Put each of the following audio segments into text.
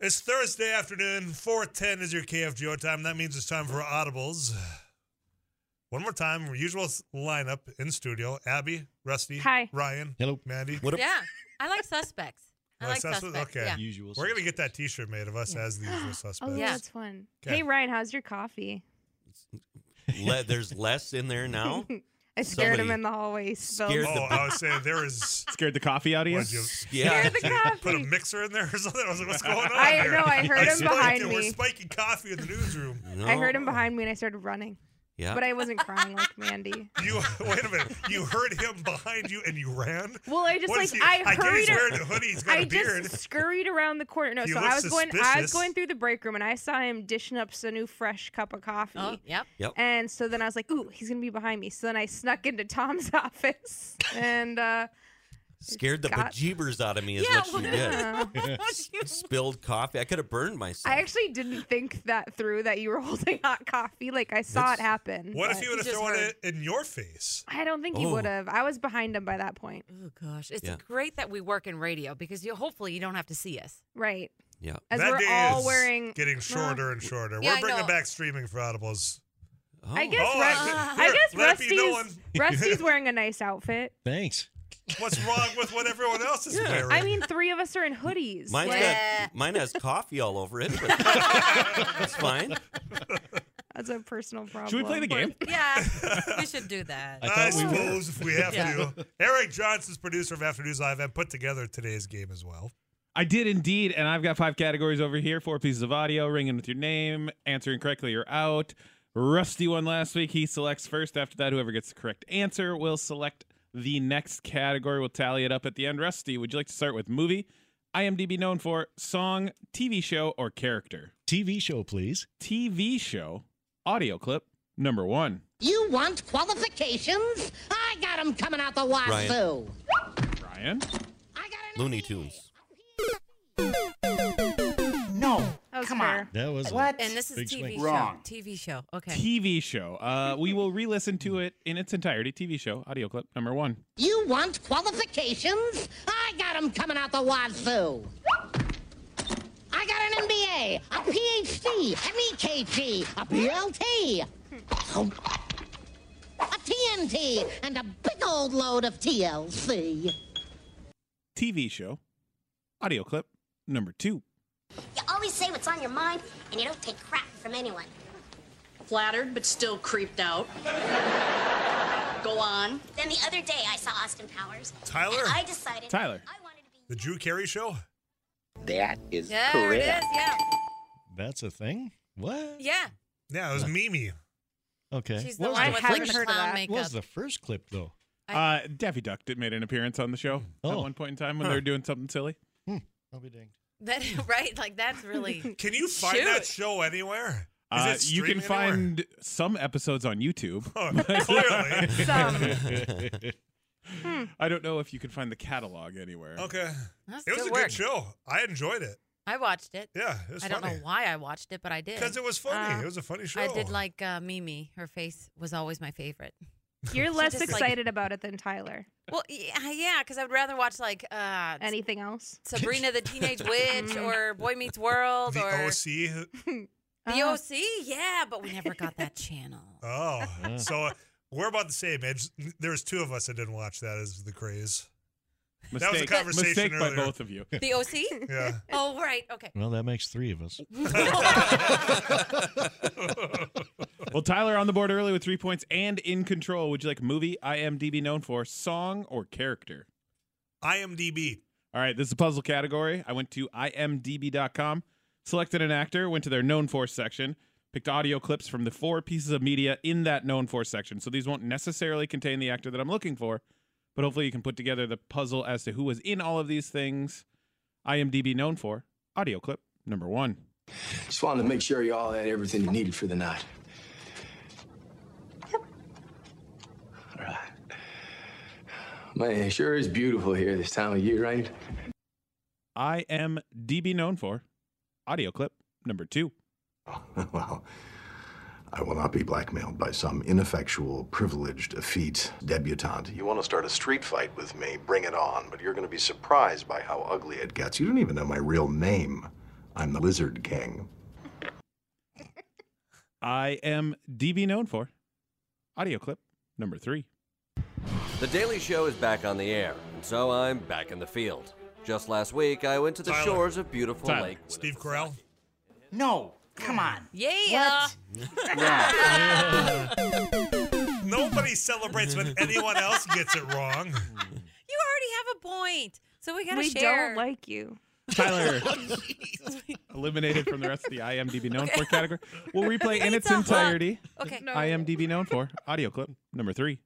It's Thursday afternoon, 410 is your KFGO time. That means it's time for Audibles. One more time, our usual s- lineup in studio. Abby, Rusty, Hi. Ryan, Hello. Mandy. What up? Yeah, I like suspects. I Like like sus- suspects. okay. Yeah. Usual. We're going to get that t shirt made of us Yeah. as the usual Oh, suspects. Yeah. that's fun. 'Kay. Hey, Ryan, how's your coffee? Le- there's less in there now. I scared him Somebody in the hallway. He spilled. scared Oh, I was saying there is. scared the coffee out of you. What'd you- Yeah. the Put a coffee. mixer in there or something. I was like, what's going on? I here? know. I heard Like, him spiked behind it. me. We're spiking coffee in the newsroom. I heard him behind me, and I started running. Yeah. But I wasn't crying like Mandy. You wait a minute. You heard him behind you and you ran. Well, I just What like is he- I I get he's hurried. wearing a hoodie. He's got a I beard. just scurried around the corner. No, He so I looks was going. I suspicious. was going through the break room, and I saw him dishing up some new fresh cup of coffee. Oh, yep. And so then I was like, "Ooh, he's gonna be behind me." So then I snuck into Tom's office, and uh, Scared the got- bejeebers out of me is Yeah, what you well- did. uh, Spilled coffee. I could have burned myself. I actually didn't think that through that you were holding hot coffee. Like I saw That's- it happen. What if but he would have just thrown heard. it in your face? I don't think he Oh. would have. I was behind him by that point. Oh gosh, it's Yeah. great that we work in radio because you hopefully you don't have to see us. Right. yeah. As that we're day all is wearing. getting shorter and shorter. Yeah, We're I bringing know. back streaming for Audibles. Oh. I guess. Oh, Ru- Uh, I- I, here, guess let me Rusty's know when- Rusty's wearing a nice outfit. Thanks. What's wrong with what everyone else is Yeah. wearing? I mean, three of us are in hoodies. Oh, Mine's like, Yeah. got mine has coffee all over it. But that's fine. that's a personal problem. Should we play the game? Yeah, we should do that. I I thought we were. suppose if we have Yeah. to. Eric Johnson's producer of After News Live and put together today's game as well. I did indeed, and I've got five categories over here: four pieces of audio, ringing with your name, answering correctly, you're out. Rusty won last week. He selects first. After that, whoever gets the correct answer will select the next category. We'll tally it up at the end. Rusty, would you like to start with movie, IMDb known for, song, TV show, or character? TV show, please. TV show, audio clip number one. You want qualifications? I got them coming out the wazoo. Ryan. Ryan, I got an Looney Tunes. That was Come fair. on. That was a And this is big TV swing. show. TV show. Okay. TV show. Uh, we will re-listen to it in its entirety. TV show, audio clip number one. You want qualifications? I got them coming out the wazoo. I got an MBA, a PhD, an EKG, a BLT, a TNT, and a big old load of TLC. TV show, audio clip number two. You always say what's on your mind, and you don't take crap from anyone. flattered but still creeped out. Go on. Then the other day, I saw Austin Powers. Tyler? And I decided. Tyler. I wanted to be. The Drew Carey Show? That is Yeah, it correct. is. Yeah, That's a thing? What? yeah. Yeah, it was Mimi. Okay. She's the what was, one I with haven't like the heard of clown that. what makeup. was the first clip, though? Uh, Daffy Duck did made an appearance on the show at Oh. one point in time when Huh. they were doing something silly. I'll be danged. that, right? Like that's really. Can you find that Shoot. show anywhere? Is Uh, it you streaming can find some episodes on YouTube. anywhere? Clearly. Some. I don't know if you can find the catalog anywhere. Okay. That's It was good a work. good show. I enjoyed it. I watched it. Yeah, it was I don't funny. know why I watched it, but I did. Because it was funny. Uh, it was a funny show. I did like uh, Mimi. Her face was always my favorite. You're less just, like- excited about it than Tyler. Well, yeah, yeah, because I would rather watch like uh, Anything else? Sabrina the Teenage Witch or Boy Meets World the or OC. The Uh-huh. Uh, OC, yeah, but we never got that channel. Oh, so uh, we're about the same age. There's two of us that didn't watch that. Is the craze? Mistake, That was a conversation mistake earlier. by both of you. The OC? Yeah. Oh, right. Okay. Well, that makes three of us. Well, Tyler on the board early with three points and in control. Would you like movie IMDb known for song or character? IMDb. All right, this is a puzzle category. I went to imdb.com, selected an actor, went to their known for section, picked audio clips from the four pieces of media in that known for section. So these won't necessarily contain the actor that I'm looking for, but hopefully you can put together the puzzle as to who was in all of these things. IMDb known for audio clip number one. Just wanted to make sure you all had everything you needed for the night. All right. Man, it sure is beautiful here this time of year, ain't it? IMDb known for audio clip number two. well, I will not be blackmailed by some ineffectual, privileged, effete debutante. You want to start a street fight with me? Bring it on, but you're going to be surprised by how ugly it gets. You don't even know my real name. I'm the Lizard Gang. I am DB known for. Audio clip number three. The Daily Show is back on the air, and so I'm back in the field. Just last week, I went to the Tyler. shores of beautiful Tyler. Lake. Steve Carell. No, come on. Yeah. Nobody celebrates when anyone else gets it wrong. You already have a point. So we gotta We don't share. like you. Tyler eliminated from the rest of the IMDb known for category. We'll replay in its Pizza Hut. entirety. Oh, Okay. No. IMDb known for audio clip number three.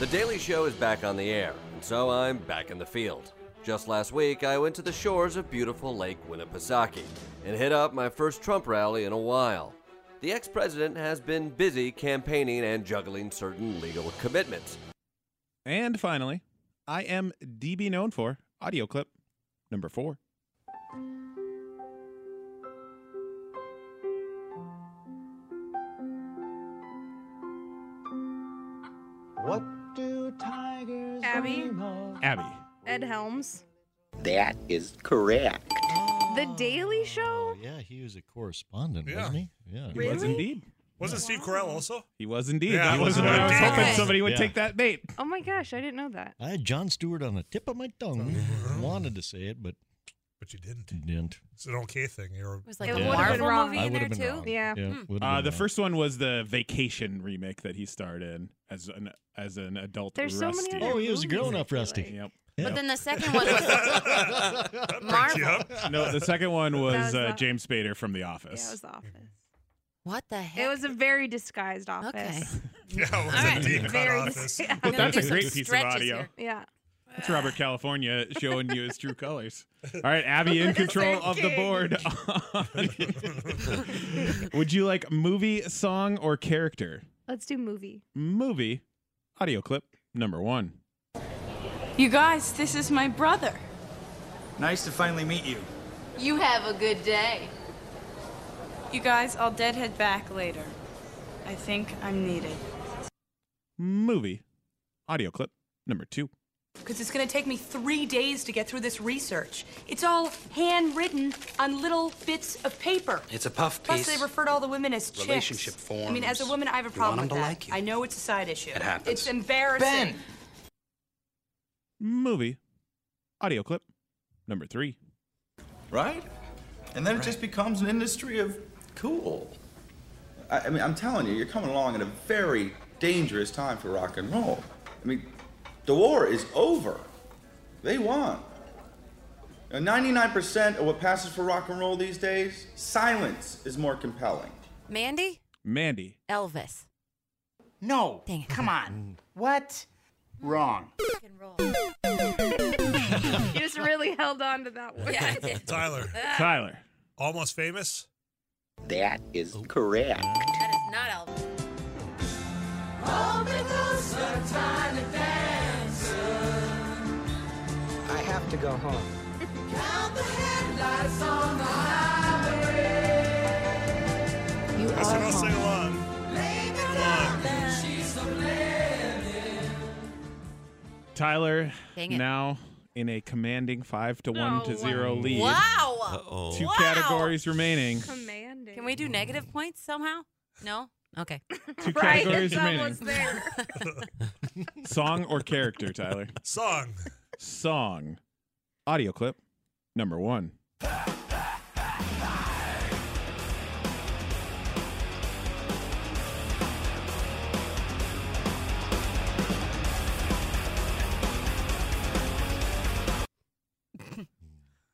The Daily Show is back on the air, and so I'm back in the field. Just last week, I went to the shores of beautiful Lake Winnipesaukee and hit up my first Trump rally in a while. The ex president has been busy campaigning and juggling certain legal commitments. And finally, I am DB known for audio clip number four. What do tigers Abby, Abby. Ed Helms, That is correct. The Daily Show. Oh, Yeah, he was a correspondent, wasn't he? Yeah. He was indeed. Wasn't Steve Carell also? He was indeed. Yeah, that was what I was indeed. hoping Okay. somebody would Yeah. take that bait. Oh my gosh, I didn't know that. I had John Stewart on the tip of my tongue. wanted to say it, but But you didn't. didn't. It's an okay thing. You're It was like Yeah. a Would've been Marvel wrong. movie I in there would've been too. Hmm. wrong. Yeah. Yeah, would've Uh, been the wrong. first one was the Vacation remake that he starred in as an as an adult. There's so Rusty. many Oh, he was growing up rusty. Yep. But then the second one was Marvel. No, the second one was, was uh, the- James Spader from The Yeah, it Office. was the office. What the heck? It was a very disguised office. Yeah, it was All a right. deep cut Very office. dis- But that's a great piece of stretches audio. here. Yeah. That's Robert California showing you his true colors. All right, Abby in control of the board. Would you like movie, song, or character? Let's do movie. Movie, audio clip number one. You guys, this is my brother. Nice to finally meet you. You have a good day. You guys, I'll deadhead back later. I think I'm needed. Movie, audio clip number two. Because it's going to take me three days to get through this research. It's all handwritten on little bits of paper. It's a puff Plus, piece. they refer to all the women as chicks. Relationship I mean, as a forms. woman, I have a You problem want 'em with to that. like you. I know it's a side issue. It happens. It's embarrassing. Ben! Movie, audio clip number three. right? And then it just becomes an industry of cool. I, I mean, I'm telling you, you're coming along at a very dangerous time for rock and roll. I mean, the war is over. They won. Now, 99% of what passes for rock and roll these days, silence is more compelling. Mandy? Mandy. Elvis. No, come on. What? Wrong. You just really held on to that one. Tyler. Ah. Tyler. Almost famous. That is correct. Not Elvis. I have to go home. You That's what I'll sing along. Tyler Dang it. now in a commanding five to one to zero lead. Wow. Oh. Two Wow. categories remaining. Commanding. Can we do negative points somehow? No? Okay. Two categories remaining. Song or character, Tyler? Song. Song. Audio clip number one.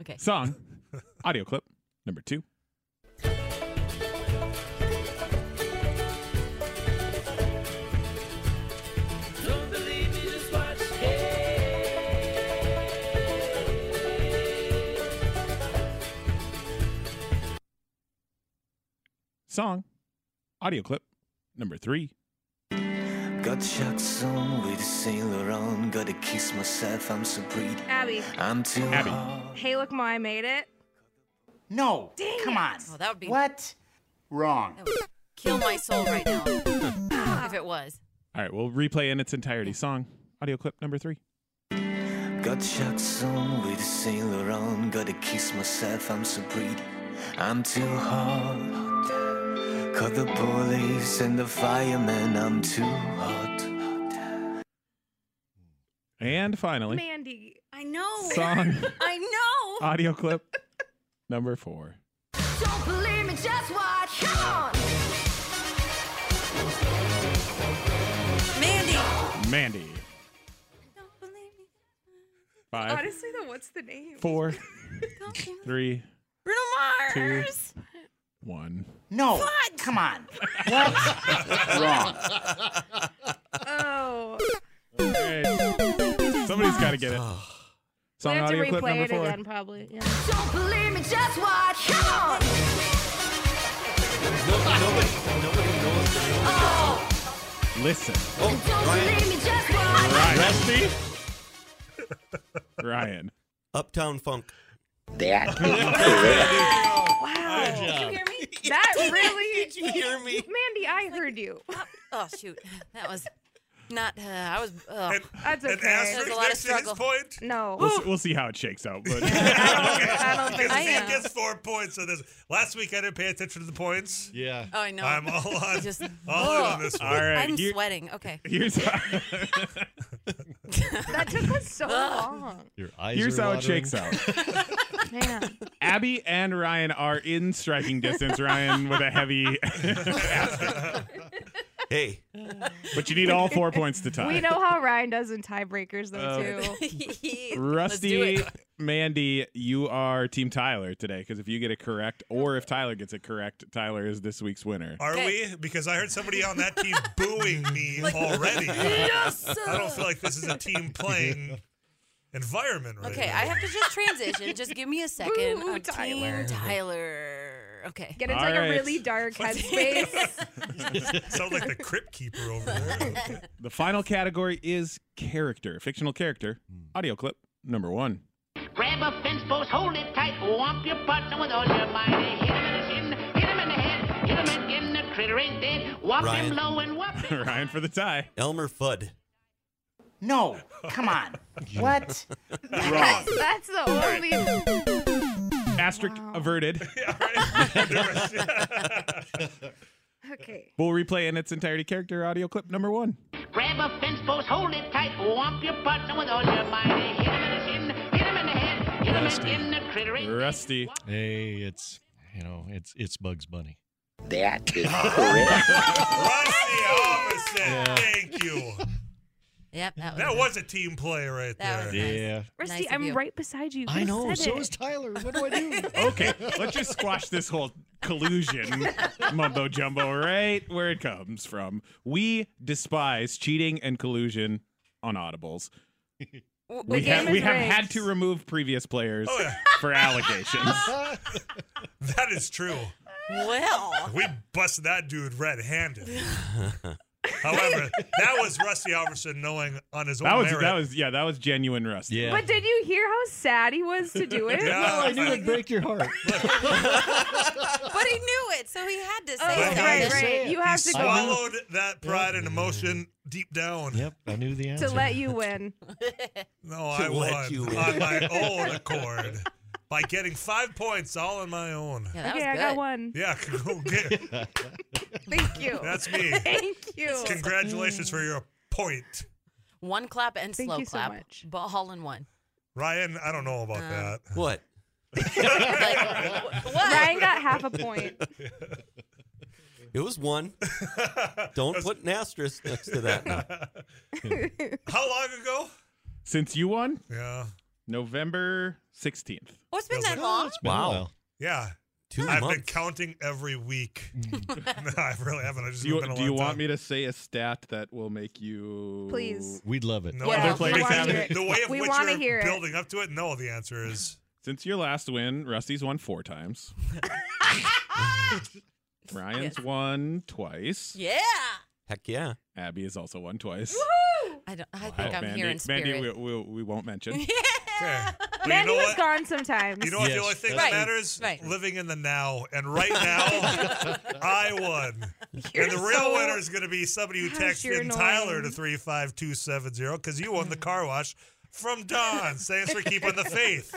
Okay. Song. Audio clip number two. Song. Audio clip number three. Got chucks on with Saint Laurent. Gotta kiss myself. I'm so pretty. Abby. I'm too Abby. Hey, look, Ma, I made it. No, Dang come it. on. Oh, that would be- What? Wrong. Kill my soul right now. if it was. All right, we'll replay in its entirety. Song. Audio clip number three. Got chucks on with Saint Laurent. Gotta kiss myself. I'm so pretty. I'm too hot. Call the police and the firemen. I'm too hot. And finally, Mandy. I know. Song. I know. audio clip number four. Don't believe me, just watch. Come on. Mandy. Mandy. Five, Honestly, though, what's the name? four, three, Bruno two, Mars. one. No. Come on. What? Wrong. Oh. Somebody's got to get it. We Song have to audio clip replay number it four. again, probably. Yeah. Don't believe me, just watch. Come on. Listen, Oh, Don't believe me, just watch. Rusty. Ryan. Uptown Funk. Wow. Good Did you job. hear me? That Did you- really. did you hear me? Mandy, I heard you. Oh shoot, that was not. Uh, I was. Uh, That's okay. That was a lot of struggle. point? No. We'll, s- we'll see how it shakes out. But I don't think he so. gets four points on this. Last week I didn't pay attention to the points. Yeah. Oh, I know. I'm all on, Just- all in on Ugh. this one. All right, I'm here- sweating. Okay. here's how, That took us so long. Your eyes here's are how it watering. shakes out. Man. Abby and Ryan are in striking distance. Ryan with a heavy. hey. But you need all four points to tie. We know how Ryan does in tiebreakers, though, Oh. too. Rusty, Mandy, you are Team Tyler today because if you get it correct, or if Tyler gets it correct, Tyler is this week's winner. Are we? Because I heard somebody on that team booing me already. Yes, I don't feel like this is a team playing environment right Okay, now. I have to just transition. Just give me a second. Ooh, I'm Tyler. Team Tyler. Okay. Get into like All right. a really dark headspace. Sound like the crypt keeper over there. The final category is character, fictional character. Audio clip number one. Grab a fence post, hold it tight, whomp your partner with all your might. Hit him in the shin, hit him in the head, hit him again, the critter ain't dead. Whop Ryan. him low and whop him. Ryan for the tie. Elmer Fudd. No. Come on. What? That's, that's the only. Asterisk averted. Okay. We'll replay in its entirety character audio clip number one. Grab a fence post, hold it tight, whomp your partner with all your might. Hit him in the shin, hit him in the head, hit him Rusty. again, the critter ain't Rusty. Hey, it's you know, it's it's Bugs Bunny. That is correct. Rusty Officer, Yeah. thank you. Yep, that was. That was a team play right there. That was nice. Yeah. Rusty, Nice of I'm you. right beside you. You I could've know. said So it. is Tyler. What do I do? Okay, let's just squash this whole collusion mumbo jumbo right where it comes from. We despise cheating and collusion on audibles. W- We, the ha- game is we have rigged. had to remove previous players Oh, yeah. for allegations. That is true. Well, We busted that dude red-handed. However, that was Rusty Alverson knowing on his own That was merit. that was yeah, that was genuine rust. Yeah. But did you hear how sad he was to do it? Yeah. I knew it'd break your heart. but he knew it, so he had to say Oh, something. right, say right. it. You he have to go swallowed that pride and emotion deep down. yep, I knew the answer. to let you win. No, I let won you on win. my own accord by getting five points all on my own. Yeah, that Okay, I was got good. one. Yeah, go get it. Thank you. That's me. Thank you. Congratulations for your point. One clap and Thank slow you so clap. much. But all in one. Ryan, I don't know about that. What? Like, wh- what? Ryan got half a point. It was one. Don't put an asterisk next to that. now. How long ago? Since you won, Yeah. November 16th. Oh, it's been Feels that like- long. Been a Wow. while. Yeah. Two I've been months. counting every week. Mm. no, I really haven't. I just Do you, been a do you want me to say a stat that will make you Please. We'd love it. No, Yeah, other we players wanna have hear it. it. The way of We which wanna you're hear it. building up to it. No, the answer is Since your last win, Rusty's won four times. Ryan's won twice. Yeah. Heck yeah. Abby has also won twice. I don't. I Wow. think I'm Mandy, here in spirit. Mandy, we, we, we won't mention. okay. But Mandy you know was what? gone sometimes. You know what? Yes, the only thing that's- that matters Right, right. living in the now. And right now, I won. and the You're real so- winner is going to be somebody who Gosh, texted you're in Tyler to annoying. 35270 because you won the car wash from Don. Thanks for keeping the faith.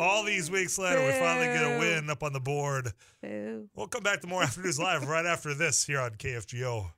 All these weeks later, we finally get a win up on the board. We'll come back to more Afternoons Live right after this here on KFGO.